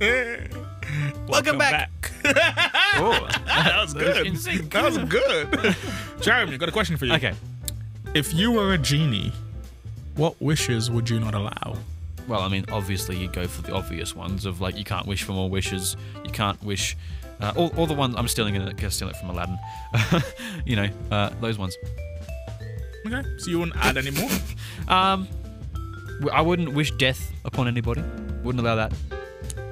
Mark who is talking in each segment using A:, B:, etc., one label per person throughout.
A: Welcome,
B: Welcome back.
C: Oh,
A: that was good.
C: in sync.
A: That was good. Jeremy, got a question for you.
C: okay.
A: If you were a genie, what wishes would you not allow?
C: Well, I mean, obviously you go for the obvious ones of like you can't wish for more wishes, you can't wish, uh, all, all the ones I'm stealing it, gonna steal it from Aladdin, you know, uh, those ones.
A: Okay, so you wouldn't add any more.
C: Um, w- I wouldn't wish death upon anybody. Wouldn't allow that.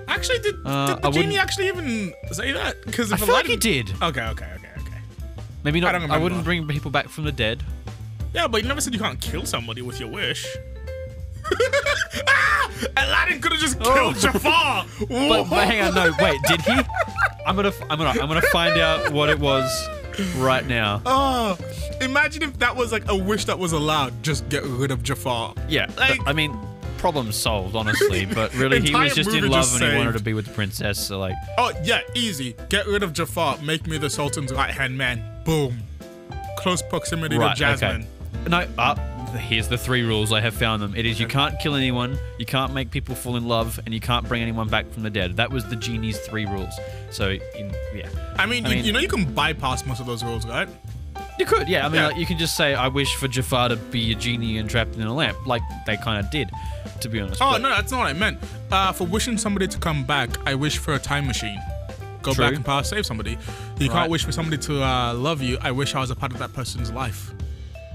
A: Actually, did,
C: Uh,
A: did the
C: I
A: genie
C: wouldn't-
A: actually even say that? Because
C: I
A: if
C: feel like
A: Aladdin-
C: he did.
A: Okay, okay, okay, okay.
C: Maybe not.
A: don't
C: I,
A: remember.
C: wouldn't bring people back from the dead.
A: Yeah, but you never said you can't kill somebody with your wish. ah! Aladdin could have just killed Jafar.
C: Oh. But, but hang on, no, wait, did he? I'm gonna, f- I'm gonna, I'm gonna find out what it was right now.
A: Oh, imagine if that was like a wish that was allowed. Just get rid of Jafar.
C: Yeah, th-
A: like-
C: I mean, problem solved, honestly. But really, he
A: Entire
C: was just in
A: movie
C: love
A: just
C: and he wanted
A: saved.
C: to be with the princess. So like,
A: Oh yeah, easy. Get rid of Jafar. Make me the Sultan's right hand man. Boom. Close proximity
C: right,
A: to Jasmine.
C: okay. No, up. here's the three rules I have found them. It is you can't kill anyone, you can't make people fall in love, and you can't bring anyone back from the dead. That was the genie's three rules. So, in, yeah, Uh,
A: I, mean,
C: I
A: you,
C: mean-
A: you know you can bypass most of those rules, right?
C: you could, yeah. I mean,
A: Yeah.
C: Like, you can just say, "I wish for Jafar to be a genie and trapped in a lamp," like they kind of did, to be honest.
A: Oh
C: But-
A: no, that's not what I meant. Uh, for wishing somebody to come back, I wish for a time machine. Go
C: True.
A: back and past, save somebody. You
C: Right.
A: can't wish for somebody to uh, love you. I wish I was a part of that person's life.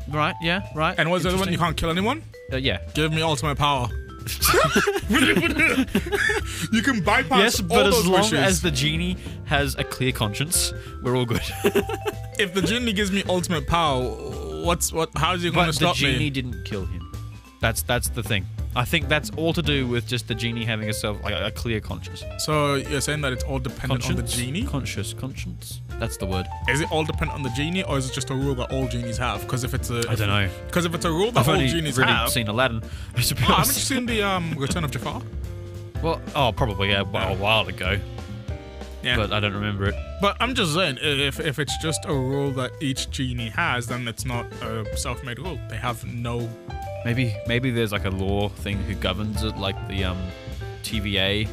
C: Right, yeah, right.
A: And what's the other one? You
C: Interesting.
A: can't kill anyone.
C: Uh, yeah.
A: Give me ultimate power. you can bypass
C: Yes,
A: all
C: but
A: those
C: as long
A: wishes.
C: as the genie has a clear conscience, we're all good.
A: if the genie gives me ultimate power, what's what? How's he going to
C: but the
A: stop
C: genie
A: me?
C: didn't kill him. That's that's the thing. I think that's all to do with just the genie having a self like a clear conscience.
A: So you're saying that it's all dependent
C: Conscience.
A: on the genie?
C: Conscious conscience. That's the word.
A: Is it all dependent on the genie, or is it just a rule that all genies have? Because if it's a,
C: I don't know.
A: Because if it's a rule that
C: I've
A: all
C: only
A: genies
C: really
A: have,
C: seen Aladdin. To be
A: Oh, haven't you
C: honest.
A: seen the um, Return of Jafar?
C: Well, oh, probably yeah, well, a while ago,
A: Yeah,
C: but
A: but,
C: I don't remember it.
A: I'm just saying, i- if if it's just a rule that each genie has, then it's not a self-made rule. They have no.
C: Maybe maybe there's like a law thing who governs it, like the um, TVA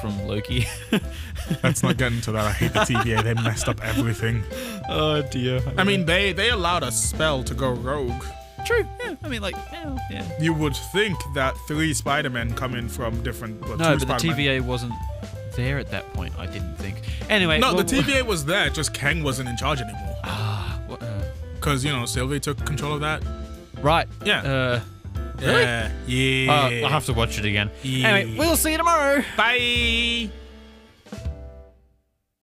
C: from Loki.
A: Let's not get into that. I hate the TVA. They messed up everything.
C: oh dear.
A: I mean, they they allowed a spell to go rogue.
C: True. Yeah. I mean, like, yeah. yeah.
A: You would think that three Spider-Men come in from different. Well,
C: No,
A: two
C: but the
A: Spider-Men.
C: TVA wasn't there at that point. I didn't think. Anyway.
A: No,
C: well,
A: the TVA was there. Just Kang wasn't in charge anymore.
C: what- uh,
A: Cause you know Sylvie took control of that.
C: right.
A: Yeah.
C: Uh,
A: Yeah.
C: uh,
A: Yeah.
C: I'll Uh, have to watch it again.
A: Yeah.
C: Anyway, we'll see you tomorrow.
A: Bye.